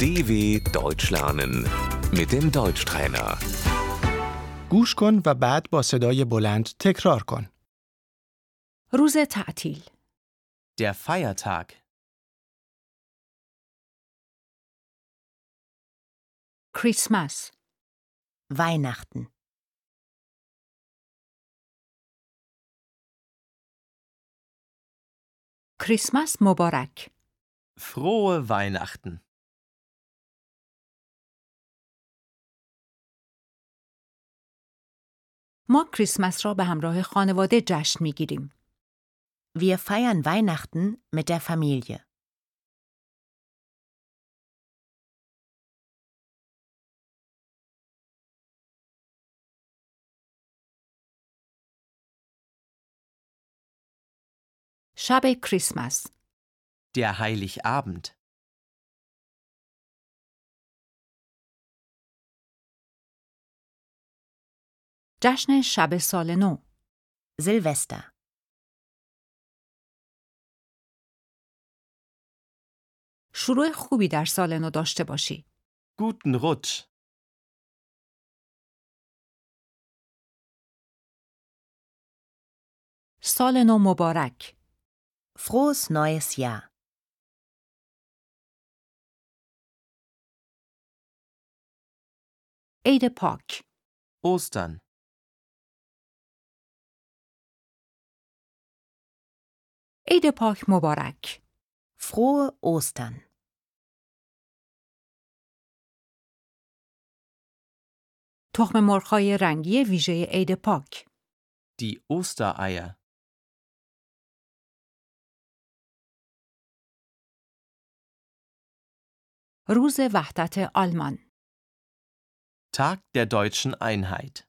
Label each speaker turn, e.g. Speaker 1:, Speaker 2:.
Speaker 1: DW Deutsch lernen mit dem Deutschtrainer.
Speaker 2: گوش کن و بعد با صدای بلند تکرار کن.
Speaker 3: روز تعطیل
Speaker 4: Der Feiertag.
Speaker 3: کریسمس
Speaker 5: Weihnachten,
Speaker 3: کریسمس مبارک
Speaker 4: Frohe Weihnachten.
Speaker 3: ما کریسمس را به همراه خانواده جشن می گیریم.
Speaker 5: wir feiern Weihnachten mit der Familie.
Speaker 3: شب کریسمس
Speaker 4: Der Heiligabend.
Speaker 3: جشن شب سال نو
Speaker 5: Silvester,
Speaker 3: شروع خوبی در سال نو داشته باشی.
Speaker 4: Guten Rutsch.
Speaker 3: سال نو مبارک
Speaker 5: frohes neues Jahr.
Speaker 3: عید پاک
Speaker 4: Ostern.
Speaker 3: عید پاک مبارک
Speaker 5: Frohe Ostern.
Speaker 3: تخم مرغ‌های رنگی ویژه عید پاک
Speaker 4: Die Ostereier.
Speaker 3: روز وحدت آلمان
Speaker 4: Tag der deutschen Einheit.